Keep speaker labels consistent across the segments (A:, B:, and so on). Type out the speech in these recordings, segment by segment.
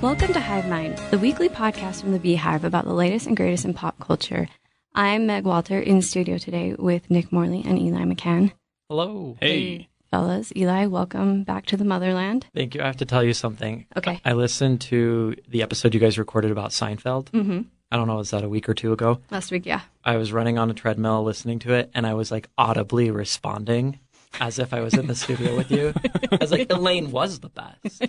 A: Welcome to Hive Mind, the weekly podcast from the Beehive about the latest and greatest in pop culture. I'm Meg Walter in studio today with Nick Morley and Eli McCann.
B: Hello.
C: Hey.
A: Fellas, Eli, welcome back to the motherland.
B: Thank you. I have to tell you something.
A: Okay.
B: I listened to the episode you guys recorded about Seinfeld.
A: Mm-hmm.
B: I don't know, was that a week or two ago?
A: Last week, yeah.
B: I was running on a treadmill listening to it and I was like audibly responding as if I was in the studio with you. I was like, Elaine was the best.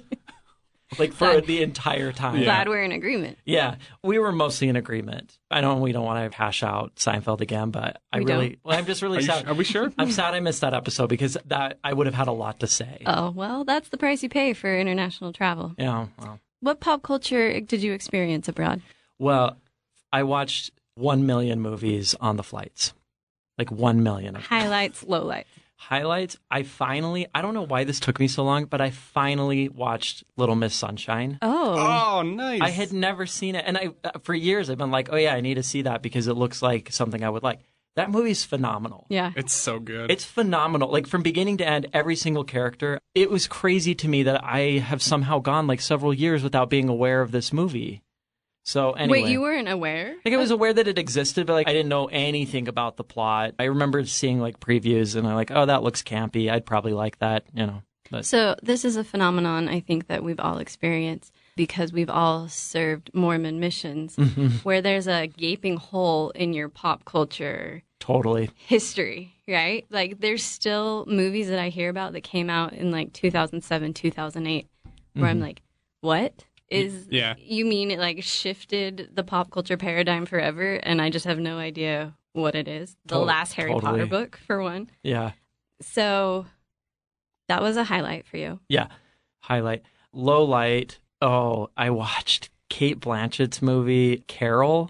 B: Like for
A: Glad-
B: the entire time.
A: Glad we're in agreement.
B: Yeah, we were mostly in agreement. I know we don't want to hash out Seinfeld again, but I
A: We
B: really,
A: don't.
B: well, I'm just really
C: Are, you,
B: sad.
C: su- are we sure?
B: I'm sad I missed that episode because that I would have had a lot to say.
A: Oh, well, that's the price you pay for international travel.
B: yeah. Well.
A: What pop culture did you experience abroad?
B: Well, I watched one million movies on the flights, like one million. Of them.
A: Highlights, lowlights.
B: Highlights. I finally. I don't know why this took me so long, but I finally watched Little Miss Sunshine.
A: Oh,
C: Oh, nice.
B: I had never seen it, and I uh, for years I've been like, oh yeah, I need to see that because it looks like something I would like. That movie's phenomenal.
A: yeah.
C: It's so good.
B: It's phenomenal. Like from beginning to end, every single character. It was crazy to me that I have somehow gone like several years without being aware of this movie. So anyway,
A: Wait, you weren't aware?
B: Like I was aware that it existed, but like I didn't know anything about the plot. I remember seeing like previews, and I'm like, oh, that looks campy. I'd probably like that, you know. But
A: So, this is a phenomenon I think that we've all experienced because we've all served Mormon missions
B: Mm-hmm.
A: where there's a gaping hole in your pop culture
B: totally,
A: history, right? Like, there's still movies that I hear about that came out in like 2007, 2008, where
B: Mm-hmm.
A: I'm like, what? Is
C: yeah.
A: you mean it like shifted the pop culture paradigm forever and I just have no idea what it is. The
B: Tot-
A: last Harry Potter
B: totally.
A: book for one.
B: yeah,
A: So that was a highlight for you.
B: yeah. Highlight, low light. Oh, I watched Kate Blanchett's movie Carol,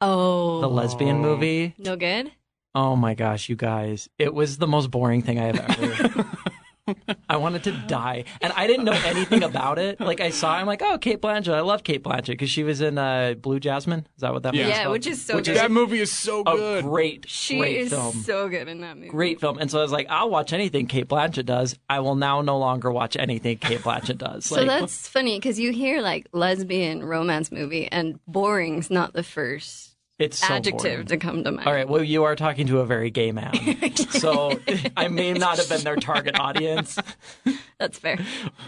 A: Oh.
B: the lesbian movie.
A: No good?
B: Oh my gosh, you guys. It was the most boring thing I have ever. I wanted to die. And I didn't know anything about it. Like, I saw, it, I'm like, oh, Kate Blanchett. I love Kate Blanchett because she was in uh, Blue Jasmine. Is that what that
C: Yeah.
B: was?
A: Yeah, which is so
B: Which
A: good.
C: that movie is so
B: a
C: good.
B: great,
A: She
B: great
A: is
B: film.
A: so good in that movie.
B: great film. And so I was like, I'll watch anything Kate Blanchett does. I will now no longer watch anything Kate Blanchett does.
A: So
B: like,
A: that's funny because you hear like lesbian romance movie and boring's not the first
B: it's so
A: adjective
B: boring.
A: to come to mind.
B: All right, well, you are talking to a very gay man. so I may not have been their target audience.
A: That's fair.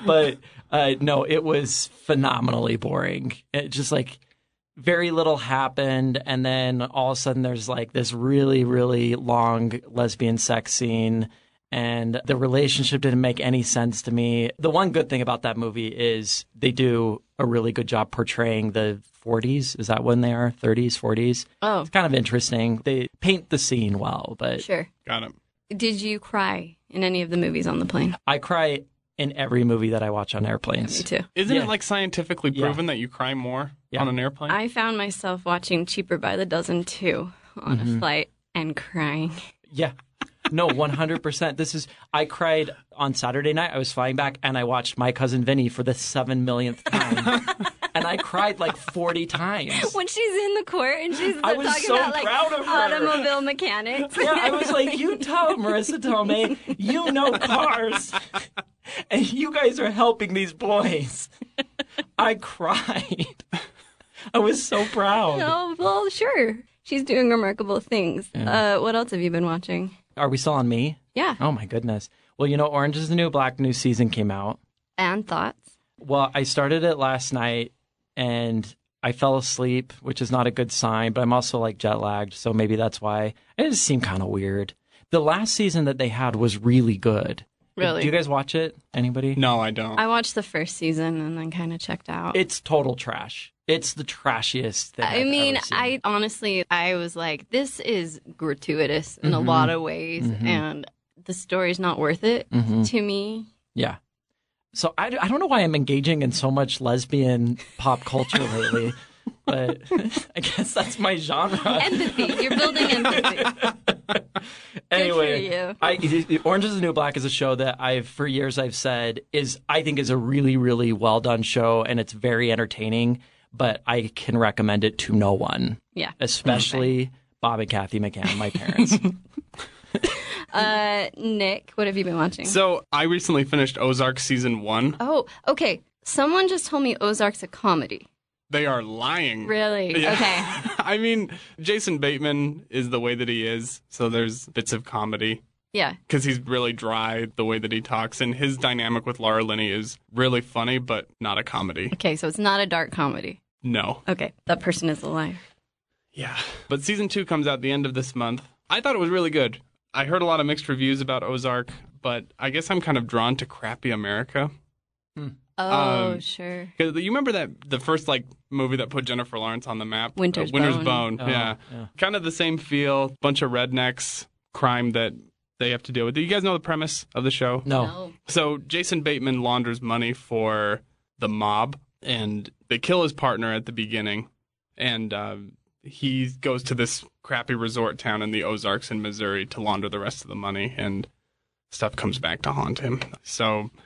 B: but uh, no, it was phenomenally boring. It just like very little happened, and then all of a sudden there's like this really, really long lesbian sex scene, and the relationship didn't make any sense to me. The one good thing about that movie is they do a really good job portraying the 40s. Is that when they are 30s, 40s?
A: Oh,
B: It's kind of interesting. They paint the scene well, but
A: sure.
C: Got him.
A: Did you cry in any of the movies on the plane?
B: I cry in every movie that I watch on airplanes.
A: Me too.
C: Isn't
B: Yeah.
C: it like scientifically
B: Yeah.
C: proven that you cry more
B: Yeah.
C: on an airplane?
A: I found myself watching Cheaper by the Dozen too on
B: Mm-hmm.
A: a flight and crying.
B: Yeah. No, 100%. This is, I cried on Saturday night. I was flying back and I watched My Cousin Vinny for the seven millionth time. and I cried like 40 times.
A: When she's in the court and she's
B: I was
A: talking
B: so
A: about like
B: proud of her.
A: automobile mechanics.
B: Yeah, I was like, you tell Marissa Tomei, you know cars, and you guys are helping these boys. I cried. I was so proud.
A: Oh, well, sure. She's doing remarkable things. Uh, what else have you been watching?
B: Are we still on me?
A: Yeah.
B: Oh my goodness. Well, you know, Orange is the New Black new season came out.
A: And thoughts.
B: Well, I started it last night and I fell asleep, which is not a good sign, but I'm also like jet lagged, so maybe that's why. It just seemed kind of weird. The last season that they had was really good.
A: Really?
B: Do you guys watch it? Anybody?
C: no, I don't.
A: I watched the first season and then kind of checked out.
B: It's total trash. It's the trashiest thing.
A: I
B: I've
A: mean,
B: ever seen.
A: I honestly, I was like, this is gratuitous in
B: Mm-hmm.
A: a lot of ways, and the story's not worth it
B: Mm-hmm.
A: to me.
B: Yeah. So I, I don't know why I'm engaging in so much lesbian pop culture lately, but I guess that's my genre.
A: Empathy. You're building empathy.
B: anyway,
A: you.
B: I, Orange is the New Black is a show that I've for years I've said is I think is a really really well done show and it's very entertaining, but I can recommend it to no one,
A: Yeah.
B: especially Bob and Kathy McCann, my parents.
A: Uh, Nick, what have you been watching?
C: so I recently finished Ozark season one.
A: oh, okay. Someone just told me Ozark's a comedy.
C: They are lying.
A: Really?
C: Yeah.
A: Okay.
C: I mean, Jason Bateman is the way that he is, so there's bits of comedy
A: Yeah.
C: because he's really dry the way that he talks, and his dynamic with Laura Linney is really funny, but not a comedy.
A: Okay, so it's not a dark comedy.
C: No.
A: Okay, that person is a liar.
C: Yeah. But season two comes out the end of this month. I thought it was really good. I heard a lot of mixed reviews about Ozark, but I guess I'm kind of drawn to crappy America.
A: Oh,
C: Um,
A: sure.
C: Because you remember that the first like movie that put Jennifer Lawrence on the map, Uh,
A: Winter's
C: Winter's
A: Bone.
C: Bone.
B: Oh,
C: yeah.
B: yeah.
C: kind of the same feel. Bunch of rednecks, crime that they have to deal with. Do you guys know the premise of the show?
B: No.
C: So Jason Bateman launders money for the mob, and they kill his partner at the beginning, and uh, he goes to this crappy resort town in the Ozarks in Missouri to launder the rest of the money, and stuff comes back to haunt him. So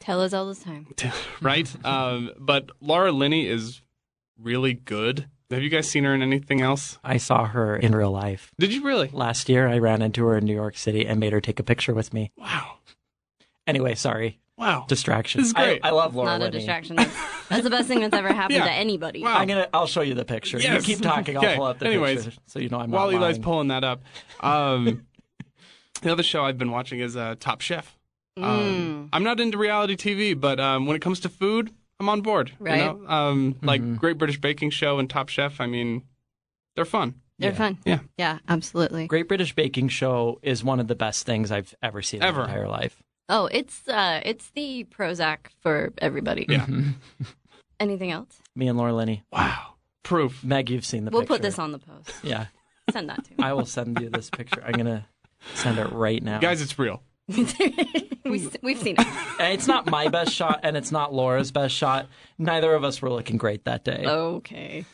A: Tell us all the time.
C: right, um, but Laura Linney is really good. Have you guys seen her in anything else?
B: I saw her in real life.
C: Did you really?
B: Last year, I ran into her in New York City and made her take a picture with me.
C: Wow,
B: Anyway, sorry.
C: wow.
B: Distraction.
C: This is great.
B: I, I love Laura
A: not a
B: Linney.
A: distraction. That's, that's the best thing that's ever happened
C: Yeah.
A: to anybody.
C: Wow.
B: I'm gonna. I'll show you the picture.
C: Yes.
B: You keep talking. I'll
C: Okay.
B: pull up the
C: Anyways,
B: picture so you know I'm
C: While
B: not
C: Eli's
B: lying.
C: pulling that up, um, the other show I've been watching is uh, Top Chef.
A: Mm.
C: Um, I'm not into reality TV, but um, when it comes to food, I'm on board. you
A: Right.
C: know? um,
B: Mm-hmm.
C: Like Great British Baking Show and Top Chef. I mean, they're fun.
A: They're fun.
C: Yeah.
A: Yeah, absolutely.
B: Great British Baking Show is one of the best things I've ever seen in
C: Ever.
B: my entire life.
A: Oh, it's uh it's the Prozac for everybody.
C: Yeah.
B: Mm-hmm.
A: Anything else?
B: Me and Laura Linney.
C: Wow. Proof.
B: Meg, you've seen the
A: We'll
B: picture.
A: put this on the post.
B: Yeah,
A: Send that to me.
B: I will send you this picture. I'm gonna send it right now,
C: Guys, it's real.
A: we, we've seen it.
B: And it's not my best shot, and it's not Laura's best shot. Neither of us were looking great that day.
A: Oh. Okay.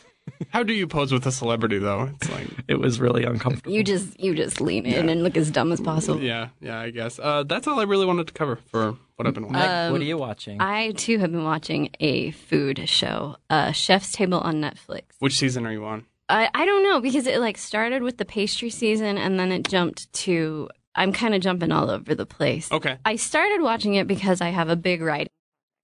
C: How do you pose with a celebrity, though? It's like,
B: It was really uncomfortable.
A: You just you just lean in and look as dumb as possible.
C: yeah, yeah, I guess. Uh, that's all I really wanted to cover for what I've been
A: Uh,
C: watching.
B: Meg, what are you watching?
A: um, I too have been watching a food show, uh, Chef's Table on Netflix.
C: Which season are you on?
A: I, I don't know because it like started with the pastry season and then it jumped to I'm kind of jumping all over the place.
C: Okay.
A: I started watching it because I have a big writing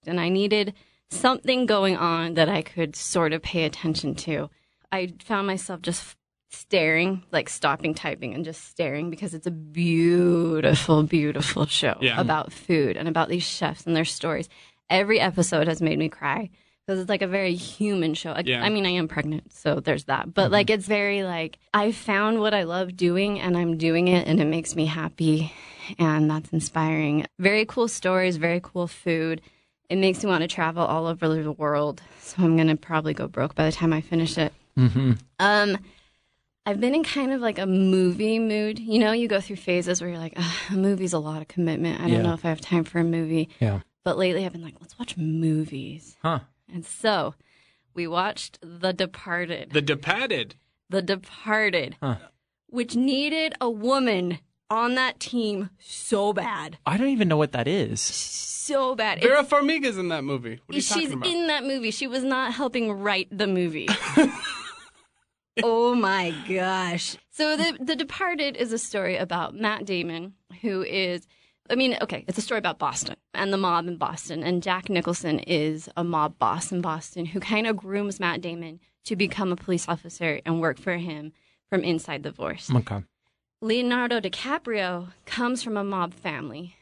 A: project and I needed something going on that I could sort of pay attention to. I found myself just staring, like stopping typing and just staring because it's a beautiful, beautiful show
C: Yeah.
A: about food and about these chefs and their stories. Every episode has made me cry because it's like a very human show. Like,
C: Yeah.
A: I mean, I am pregnant, so there's that. But like, it's very like I found what I love doing, and I'm doing it, and it makes me happy, and that's inspiring. Very cool stories, very cool food. It makes me want to travel all over the world. So I'm gonna probably go broke by the time I finish it.
B: Mm-hmm.
A: Um, I've been in kind of like a movie mood. You know, you go through phases where you're like, "Ugh, a movie's a lot of commitment. I don't
B: Yeah.
A: know if I have time for a movie.
B: yeah.
A: But lately I've been like, let's watch movies.
B: Huh.
A: And so we watched The Departed.
C: The Departed.
A: The Departed,
B: Huh.
A: which needed a woman on that team so bad.
B: I don't even know what that is.
A: So bad. It's-
C: Vera Farmiga's in that movie. What are you
A: she's
C: talking about?
A: in that movie. She was not helping write the movie. oh my gosh. So the The Departed is a story about Matt Damon who is I mean, okay, it's a story about Boston and the mob in Boston and Jack Nicholson is a mob boss in Boston who kind of grooms Matt Damon to become a police officer and work for him from inside the force.
B: Okay.
A: Leonardo DiCaprio comes from a mob family.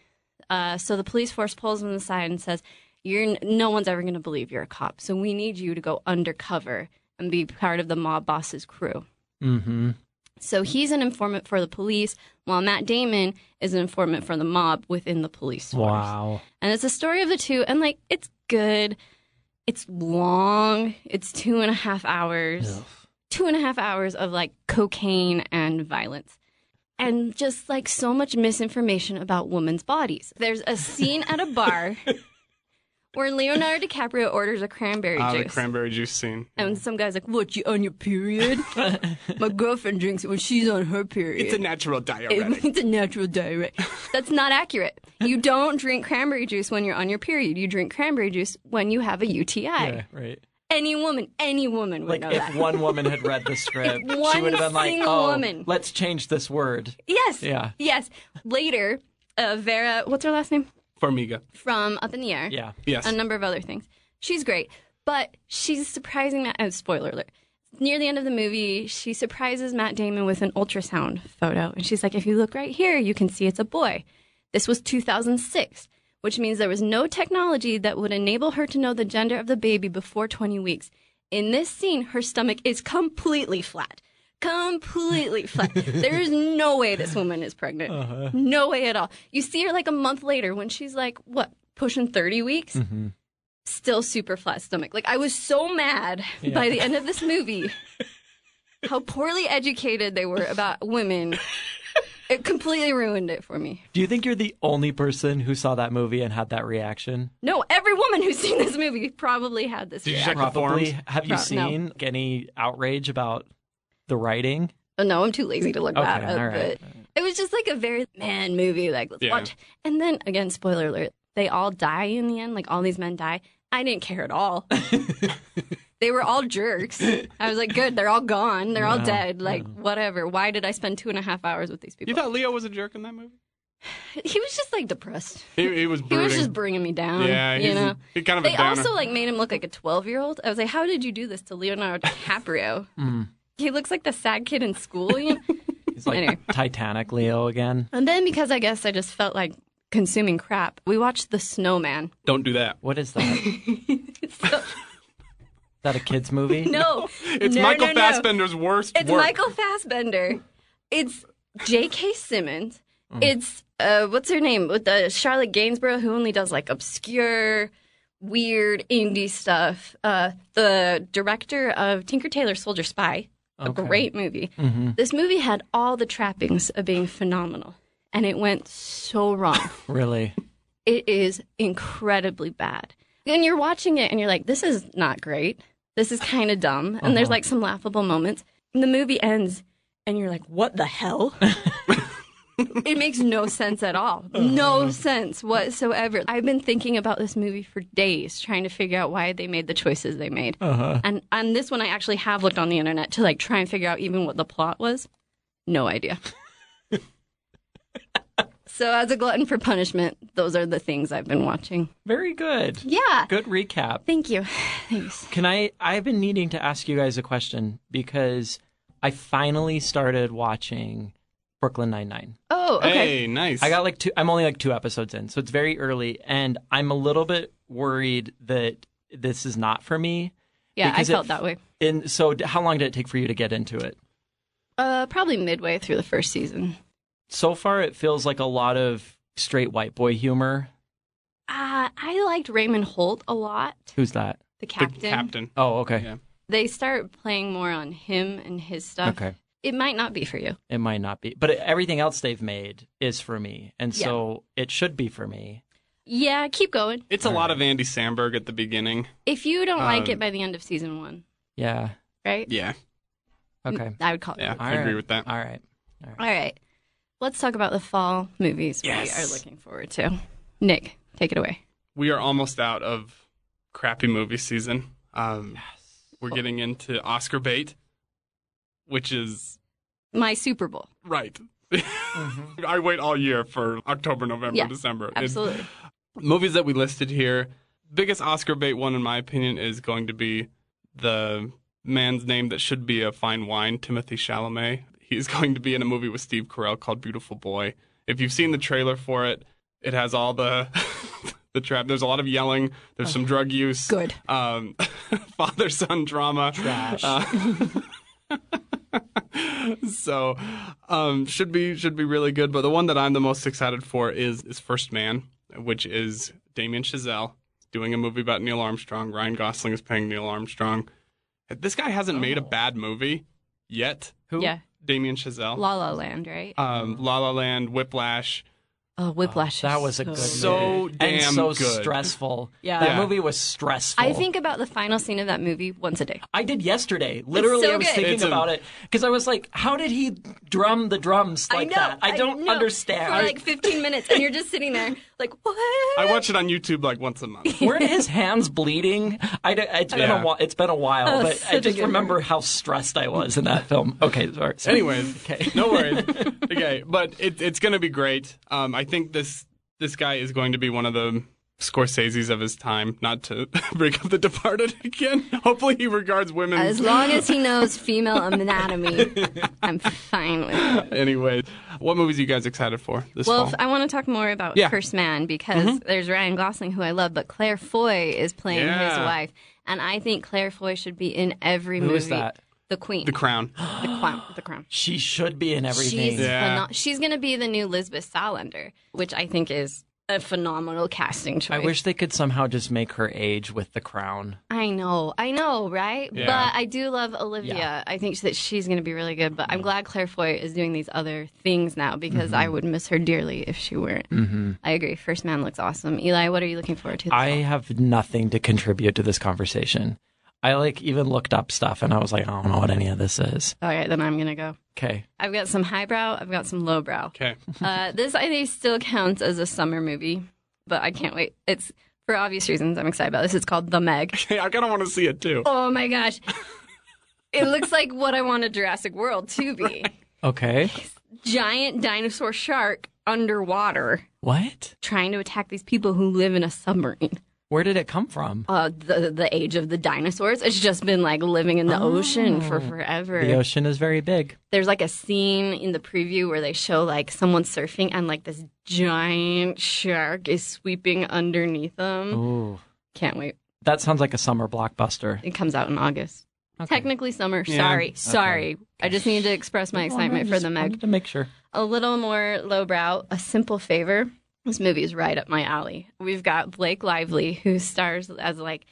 A: Uh, so the police force pulls him to the side and says, "You're n- no one's ever going to believe you're a cop. So we need you to go undercover and be part of the mob boss's crew."
B: Mm-hmm.
A: So he's an informant for the police, while Matt Damon is an informant for the mob within the police force.
B: Wow.
A: And it's a story of the two, and like it's good. It's long. It's two and a half hours two and a half hours of like cocaine and violence and just like so much misinformation about women's bodies. There's a scene at a bar where Leonardo DiCaprio orders a cranberry
C: Ah, the
A: juice.
C: cranberry juice scene.
A: and some guy's like, What, you on your period? My girlfriend drinks it when she's on her period.
C: It's a natural diuretic.
A: It- it's a natural diuretic. That's not accurate. You don't drink cranberry juice when you're on your period. You drink cranberry juice when you have a UTI.
B: Yeah, right.
A: Any woman, any woman would
B: Like
A: know
B: if
A: that.
B: one woman had read the script, she
A: one
B: would have been like,
A: single
B: "Oh,
A: woman."
B: let's change this word."
A: Yes.
B: Yeah.
A: Yes. Later, uh, Vera, what's her last name?
C: Farmiga.
A: From Up in the Air.
B: Yeah.
C: Yes.
A: A number of other things. she's great, but she's surprising. Matt, oh, spoiler alert. Near the end of the movie, she surprises Matt Damon with an ultrasound photo. And she's like, if you look right here, you can see it's a boy. This was 2006, which means there was no technology that would enable her to know the gender of the baby before 20 weeks. In this scene, her stomach is completely flat. Completely flat. there is no way this woman is pregnant. No way at all. You see her like a month later when she's like, what, pushing 30 weeks? Still super flat stomach. Like, I was so mad by the end of this movie how poorly educated they were about women. It completely ruined it for me.
B: Do you think you're the only person who saw that movie and had that reaction?
A: No, every woman who's seen this movie probably had this
C: Did you
A: reaction.
C: check- The forums?
B: Probably. Have you
A: Pro- no.
B: seen like, any outrage about the writing?
A: Oh, no, I'm too lazy to look
B: Okay,
A: that up.
B: all right.
A: But it was just like a very man movie. Like let's
C: Yeah.
A: watch. And then again, spoiler alert: they all die in the end. Like all these men die. I didn't care at all. they were all jerks. I was like, good, they're all gone. They're all
B: No,
A: dead. Like whatever. Why did I spend two and a half hours with these people?
C: You thought Leo was a jerk in that movie?
A: he was just like depressed.
C: He, he was
A: He
C: brooding.
A: was just bringing me down.
C: yeah,
A: you
C: he's,
A: know.
C: he's kind of
A: They
C: a downer.
A: also like made him look like a twelve year old. I was like, how did you do this to Leonardo DiCaprio?
C: Mm.
A: He looks like the sad kid in school. You know?
B: He's like
A: Anyway.
B: Titanic Leo again.
A: and then because I guess I just felt like consuming crap, we watched The Snowman.
C: Don't do that.
B: What is that? is
A: So-
B: that a kids movie?
A: no,
C: It's
A: no,
C: Michael
A: no, no.
C: Fassbender's worst
A: It's
C: work.
A: Michael Fassbender. It's J.K. Simmons.
C: Mm.
A: It's uh, what's her name with the Charlotte Gainsborough who only does like obscure, weird indie stuff. Uh, the director of Tinker Tailor Soldier Spy, a
B: Okay.
A: great movie.
C: Mm-hmm.
A: This movie had all the trappings of being phenomenal, and it went so wrong.
B: Really?
A: it is incredibly bad. And you're watching it and you're like, this is not great. This is kind of dumb. And there's like some laughable moments. And the movie ends and you're like, what the hell? it makes no sense at all. No sense whatsoever. I've been thinking about this movie for days, trying to figure out why they made the choices they made. And on this one, I actually have looked on the internet to like try and figure out even what the plot was. No idea. so, as a glutton for punishment, those are the things I've been watching.
B: Very good.
A: Yeah.
B: Good recap.
A: Thank you. Thanks.
B: Can I? I've been needing to ask you guys a question because I finally started watching Brooklyn Nine Nine.
A: Oh, okay.
C: Hey, nice.
B: I got like two. I'm only like two episodes in, so it's very early, and I'm a little bit worried that this is not for me.
A: yeah, I
B: because it
A: felt that way.
B: And so, d- how long did it take for you to get into it?
A: Uh, probably midway through the first season.
B: So far, it feels like a lot of straight white boy humor.
A: Uh, I liked Raymond Holt a lot,
B: Who's that?
A: the
C: the
A: captain.
C: captain.
B: Oh, okay.
C: Yeah.
A: They start playing more on him and his stuff.
B: Okay.
A: It might not be for you.
B: It might not be, but everything else they've made is for me, and so it should be for me.
A: Yeah, keep going.
C: It's a lot of Andy Samberg at the beginning.
A: If you don't like
C: Um,
A: it by the end of season one,
B: Yeah.
A: right?
C: Yeah,
B: Okay.
A: Mm, I would call it.
C: yeah,
A: good.
C: I agree with that.
B: All right.
A: All right. Let's talk about the fall movies we
C: Yes.
A: are looking forward to. Nick, take it away.
C: we are almost out of crappy movie season. Um, We're getting into Oscar bait, which is
A: My Super Bowl.
C: right. I wait all year for October, November,
A: Yeah,
C: December. It's-
A: Absolutely.
C: movies that we listed here, biggest Oscar bait one in my opinion is going to be the man's name that should be a fine wine, Timothy Chalamet. He's going to be in a movie with Steve Carell called Beautiful Boy. If you've seen the trailer for it, it has all the the trap. There's a lot of yelling. There's some drug use.
A: Good.
C: Um, father son drama.
B: Trash.
C: Uh, so um, should be should be really good. But the one that I'm the most excited for is is First Man, which is Damien Chazelle doing a movie about Neil Armstrong. Ryan Gosling is playing Neil Armstrong. This guy hasn't made a bad movie yet.
B: Who? Uh,
A: Yeah.
C: Damien Chazelle,
A: La La Land, right?
C: um, La La Land, Whiplash.
A: oh, Whiplash.
B: That
A: is
B: was a
A: so
B: good
C: So
B: movie.
C: damn
B: and so
C: good.
B: stressful.
A: Yeah.
B: That
C: Yeah.
B: movie was stressful.
A: I think about the final scene of that movie once a day.
B: I did yesterday. Literally,
A: so
B: I was
A: good.
B: thinking
C: It's a-
B: about it because I was like, "How did he drum the drums like
A: I know.
B: that? I don't
A: know.
B: understand."
A: For like 15 minutes, and you're just sitting there, like, what?
C: I watch it on YouTube like once a month.
B: Weren't his hands bleeding? I d- it's been
C: Yeah.
B: a while. It's been a while,
A: Oh,
B: but
A: such
B: I
A: a
B: just
A: good
B: remember how stressed I was in that film. Okay, sorry. sorry.
C: Anyways,
B: Okay.
C: no worries. Okay, but it, it's going to be great. Um, I think this this guy is going to be one of the Scorsese's of his time. Not to bring up The Departed again. Hopefully, he regards women
A: As long as he knows female anatomy, I'm fine with it.
C: Anyway, what movies are you guys excited for this
A: Well,
C: fall?
A: if- I want to talk more about
C: Yeah.
A: First Man because there's Ryan Gosling, who I love, but Claire Foy is playing his
C: Yeah.
A: wife. And I think Claire Foy should be in every
B: Who
A: movie.
B: is that?
A: The Queen.
C: the Crown.
A: The Crown. The Crown.
B: She should be in everything.
A: She's
C: Yeah.
A: pheno- she's going to be the new Lisbeth Salander, which I think is a phenomenal casting choice.
B: I wish they could somehow just make her age with the crown.
A: I know, I know, right?
C: Yeah.
A: But I do love Olivia.
B: Yeah.
A: I think that she's going to be really good. But I'm glad Claire Foy is doing these other things now because I would miss her dearly if she weren't.
B: Mm-hmm.
A: I agree. First Man looks awesome. Eli, what are you looking forward to? this
B: I
A: fall?
B: have nothing to contribute to this conversation. I like even looked up stuff and I was like, I don't know what any of this is.
A: All right, then I'm going to go.
B: Okay.
A: I've got some highbrow, I've got some lowbrow.
C: Okay.
A: Uh, this, I think, still counts as a summer movie, but I can't wait. It's for obvious reasons. I'm excited about this. It's called The Meg.
C: Okay, I kind of want to see it too.
A: Oh my gosh. It looks like what I want a Jurassic World to be.
B: Okay.
A: Giant dinosaur shark underwater
B: What?
A: trying to attack these people who live in a submarine.
B: Where did it come from?
A: Uh, the, the age of the dinosaurs, it's just been like living in the ocean for forever.
B: Oh. The ocean is very big.
A: There's like a scene in the preview where they show like someone surfing and like this giant shark is sweeping underneath them.
B: Ooh.
A: Can't wait.
B: That sounds like a summer blockbuster.
A: It comes out in August.
B: Okay.
A: Technically summer.
C: Yeah.
A: Sorry. Sorry. I just need to express my excitement for
B: Just
A: the
B: wanted
A: Meg.
B: To make sure.
A: A little more lowbrow, a simple favor. This movie is right up my alley. We've got Blake Lively, who stars as like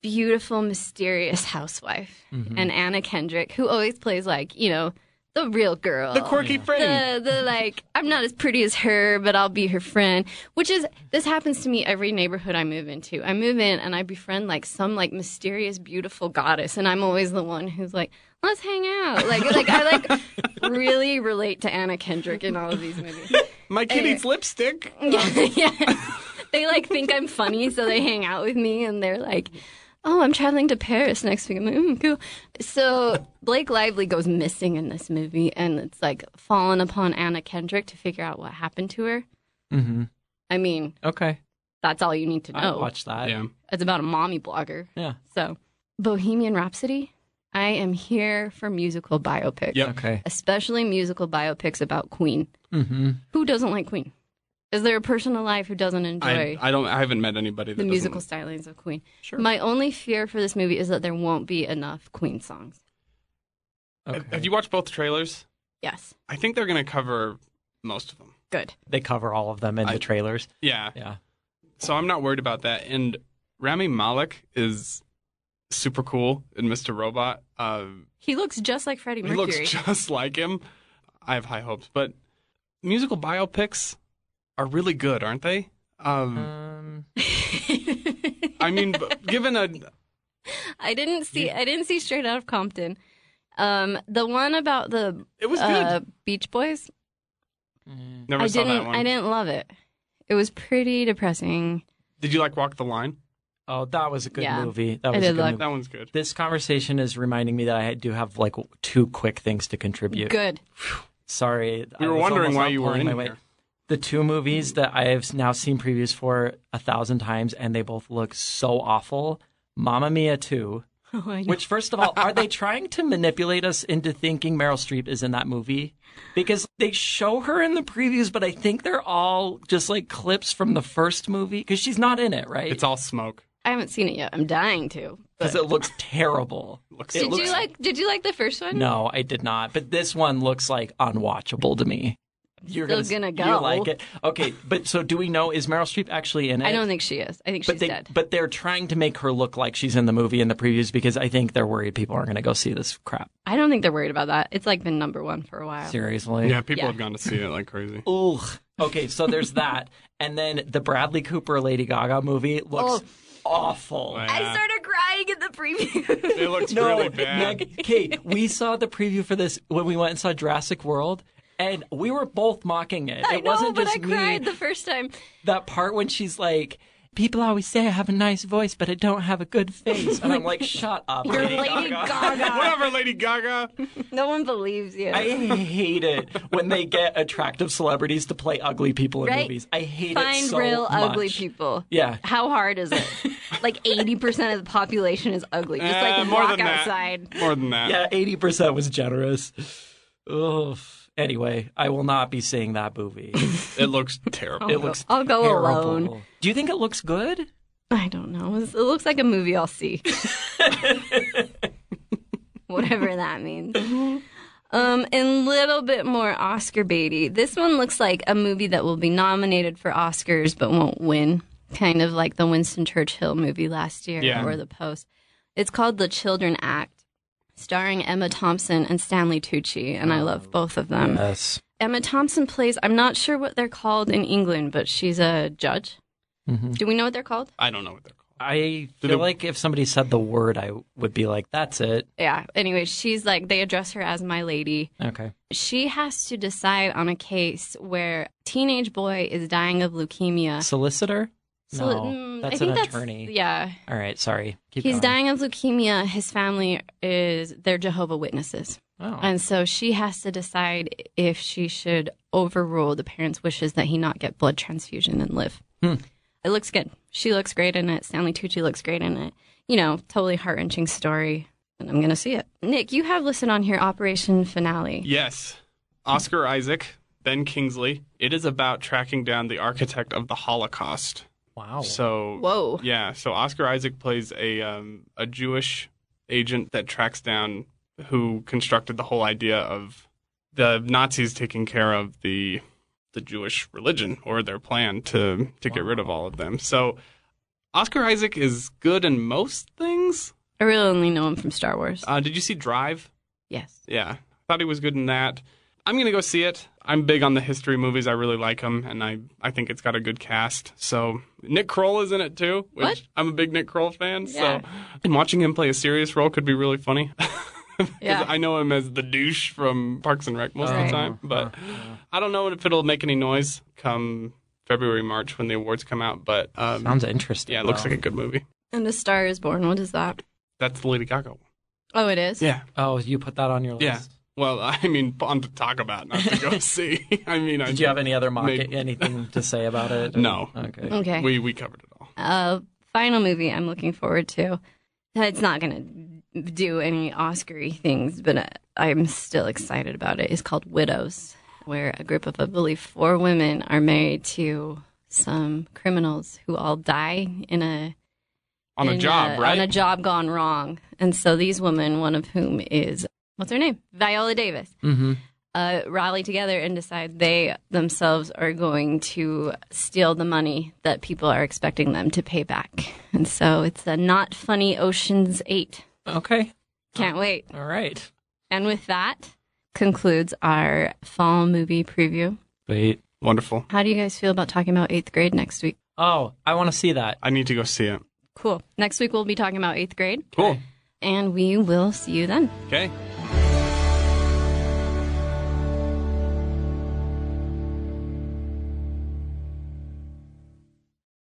A: beautiful, mysterious housewife,
C: Mm-hmm.
A: and Anna Kendrick, who always plays like, you know, the real girl.
C: The quirky friend.
A: the the like I'm not as pretty as her, but I'll be her friend. Which is this happens to me every neighborhood I move into. I move in and I befriend like some like mysterious beautiful goddess, and I'm always the one who's like, let's hang out. Like like I like really relate to Anna Kendrick in all of these movies.
C: My kid
A: Eh.
C: eats lipstick.
A: yeah. They like think I'm funny, so they hang out with me and they're like, Oh, I'm traveling to Paris next week. I'm like, mm, cool. So Blake Lively goes missing in this movie and it's like fallen upon Anna Kendrick to figure out what happened to her.
B: Mm-hmm.
A: I mean,
B: Okay.
A: that's all you need to
B: I
A: know.
B: watched that.
C: Yeah.
A: It's about a mommy blogger.
B: Yeah.
A: So Bohemian Rhapsody, I am here for musical biopics.
C: Yep.
B: Okay.
A: Especially musical biopics about Queen.
B: Mm-hmm.
A: Who doesn't like Queen? Is there a person alive who doesn't enjoy
C: I, I don't. I haven't met anybody that
A: the
C: doesn't-
A: musical stylings of Queen.
C: Sure.
A: My only fear for this movie is that there won't be enough Queen songs.
B: Okay.
C: Have you watched both trailers?
A: Yes,
C: I think they're going to cover most of them.
A: good.
B: They cover all of them in
C: I-
B: the trailers.
C: Yeah.
B: Yeah.
C: So I'm not worried about that. And Rami Malek is super cool in Mr. Robot. Uh,
A: He looks just like Freddie
C: he
A: Mercury.
C: looks just like him. I have high hopes, but musical biopics are really good, aren't they? Um,
A: Uh.
B: Um,
C: I mean, b- given a
A: I didn't see. I didn't see Straight Out of Compton. Um, the one about the
C: it was good.
A: uh, Beach Boys.
C: Never
A: I
C: saw that
A: didn't.
C: one.
A: I didn't love it. It was pretty depressing.
C: Did you like Walk the Line?
B: oh, that was a good
A: Yeah.
B: movie. That
A: I
B: was
A: did
B: a good
A: like
B: movie.
C: That one's good.
B: This conversation is reminding me that I do have like two quick things to contribute.
A: Good.
B: Sorry,
C: We
B: I
C: were
B: was
C: wondering
B: almost
C: why
B: not
C: you were
B: pulling
C: in
B: my
C: here.
B: weight. The two movies that I have now seen previews for a thousand times, and they both look so awful. Mamma Mia 2,
A: Oh, I know.
B: which, first of all, are they trying to manipulate us into thinking Meryl Streep is in that movie? Because they show her in the previews, but I think they're all just like clips from the first movie because she's not in it, right?
C: It's all smoke.
A: I haven't seen it yet. I'm dying to.
B: because it looks terrible.
C: Looks
B: It
A: Did
B: looks-
A: you like? Did you like the first one?
B: No, I did not. But this one looks like unwatchable to me. You're
A: Still
B: gonna,
A: gonna
B: You
A: go.
B: like it? Okay, but so do we know is Meryl Streep actually in it?
A: I don't think she is. I think she's
B: But they
A: dead.
B: but they're trying to make her look like she's in the movie in the previews because I think they're worried people aren't going to go see this crap.
A: I don't think they're worried about that. It's like been number one for a while.
B: Seriously.
C: Yeah, people
A: Yeah.
C: have gone to see it like crazy.
B: Ugh. Okay, so there's that, and then the Bradley Cooper Lady Gaga movie looks awful.
A: I
C: Yeah.
A: started crying in the preview.
C: It looks
B: No,
C: really bad.
B: Meg, Kate, we saw the preview for this when we went and saw Jurassic World, and we were both mocking it.
A: I
B: it
A: know,
B: wasn't
A: but
B: just
A: I
B: me.
A: cried the first time.
B: that part when she's like people always say I have a nice voice, but I don't have a good face. And I'm like, shut up,
A: You're
B: Lady
A: Lady
B: Gaga.
A: Gaga.
C: Whatever, Lady Gaga.
A: no one believes you.
B: I hate it when they get attractive celebrities to play ugly people in
A: Right?
B: movies. I hate
A: Find
B: it so
A: real ugly
B: much.
A: people.
B: Yeah.
A: How hard is it? like 80% of the population is ugly. Just like
C: Eh, more
A: walk
C: than that.
A: outside.
C: More than that.
B: Yeah, 80% was generous. Ugh. Anyway, I will not be seeing that movie.
C: It looks terrible.
A: I'll
B: It
A: go-
B: looks
A: I'll go
B: terrible.
A: alone.
B: Do you think it looks good?
A: I don't know. It's- It looks like a movie I'll see. Whatever that means. Um, and little bit more Oscar baity. This one looks like a movie that will be nominated for Oscars but won't win. Kind of like the Winston Churchill movie last year
C: Yeah.
A: or The Post. It's called The Children Act, starring Emma Thompson and Stanley Tucci, and I love both of them.
B: Yes.
A: Emma Thompson plays, I'm not sure what they're called in England, but she's a judge. Do we know what they're called?
C: I don't know what they're called.
B: Mm-hmm. I
C: Do
B: feel
C: they-
B: like if somebody said the word, I would be like, that's it.
A: Yeah. Anyway, she's like, they address her as my lady.
B: Okay.
A: She has to decide on a case where teenage boy is dying of leukemia.
B: Solicitor?
A: So-
B: no,
A: mm,
B: that's
A: I think
B: an
A: that's-
B: attorney.
A: Yeah.
B: All right, sorry. Keep
A: He's
B: going.
A: dying of leukemia. His family is, they're Jehovah Witnesses.
B: Oh.
A: And so she has to decide if she should overrule the parents' wishes that he not get blood transfusion and live.
B: Hmm.
A: It looks good. She looks great in it. Stanley Tucci looks great in it. You know, totally heart wrenching story. And I'm going to see it. Nick, you have listed on here Operation Finale.
C: Yes. Oscar Isaac, Ben Kingsley. It is about tracking down the architect of the Holocaust.
B: wow.
C: So
A: Whoa.
C: Yeah, so Oscar Isaac plays a um, a Jewish agent that tracks down who constructed the whole idea of the Nazis taking care of the the Jewish religion or their plan to to get rid of all of them. So Oscar Isaac is good in most things.
A: I really only know him from Star Wars.
C: Uh, did you see Drive?
A: Yes.
C: Yeah, thought he was good in that. I'm gonna go see it. I'm big on the history movies. I really like them, and I, I think it's got a good cast. So Nick Kroll is in it too, which
A: What?
C: I'm a big Nick Kroll fan.
A: Yeah.
C: So and watching him play a serious role could be really funny. 'Cause
A: Yeah.
C: I know him as the douche from Parks and Rec most of
A: Right.
C: the time, but I don't know if it'll make any noise come February March when the awards come out. But um,
B: Sounds interesting.
C: yeah, it looks
B: though.
C: like a good movie.
A: And A Star is Born. What is that?
C: That's the Lady Gaga one.
A: Oh, it is?
C: Yeah.
B: Oh, you put that on your list.
C: Yeah. Well, I mean, fun to talk about, not to go see. I mean, I
B: Did you have any other mock
C: Maybe.
B: anything to say about it?
C: No.
B: Okay.
A: Okay.
C: We we covered it all.
A: uh, final movie I'm looking forward to. It's not going to do any Oscar-y things, but uh, I'm still excited about it. It's called Widows, where a group of, I believe, four women are married to some criminals who all die in a
C: On a
A: in
C: job, right?
A: uh, On a job gone wrong, and so these women, one of whom is what's her name, Viola Davis,
B: Mm-hmm.
A: uh, rally together and decide they themselves are going to steal the money that people are expecting them to pay back. And so it's a not funny Ocean's Eight.
B: Okay.
A: Can't
C: Oh.
A: wait.
B: All right.
A: And with that concludes our fall movie preview.
B: Wait.
C: Wonderful.
A: How do you guys feel about talking about eighth grade next week?
B: Oh, I want to see that.
C: I need to go see it.
A: Cool. Next week we'll be talking about eighth grade,
C: Cool.
A: and we will see you then.
C: Okay.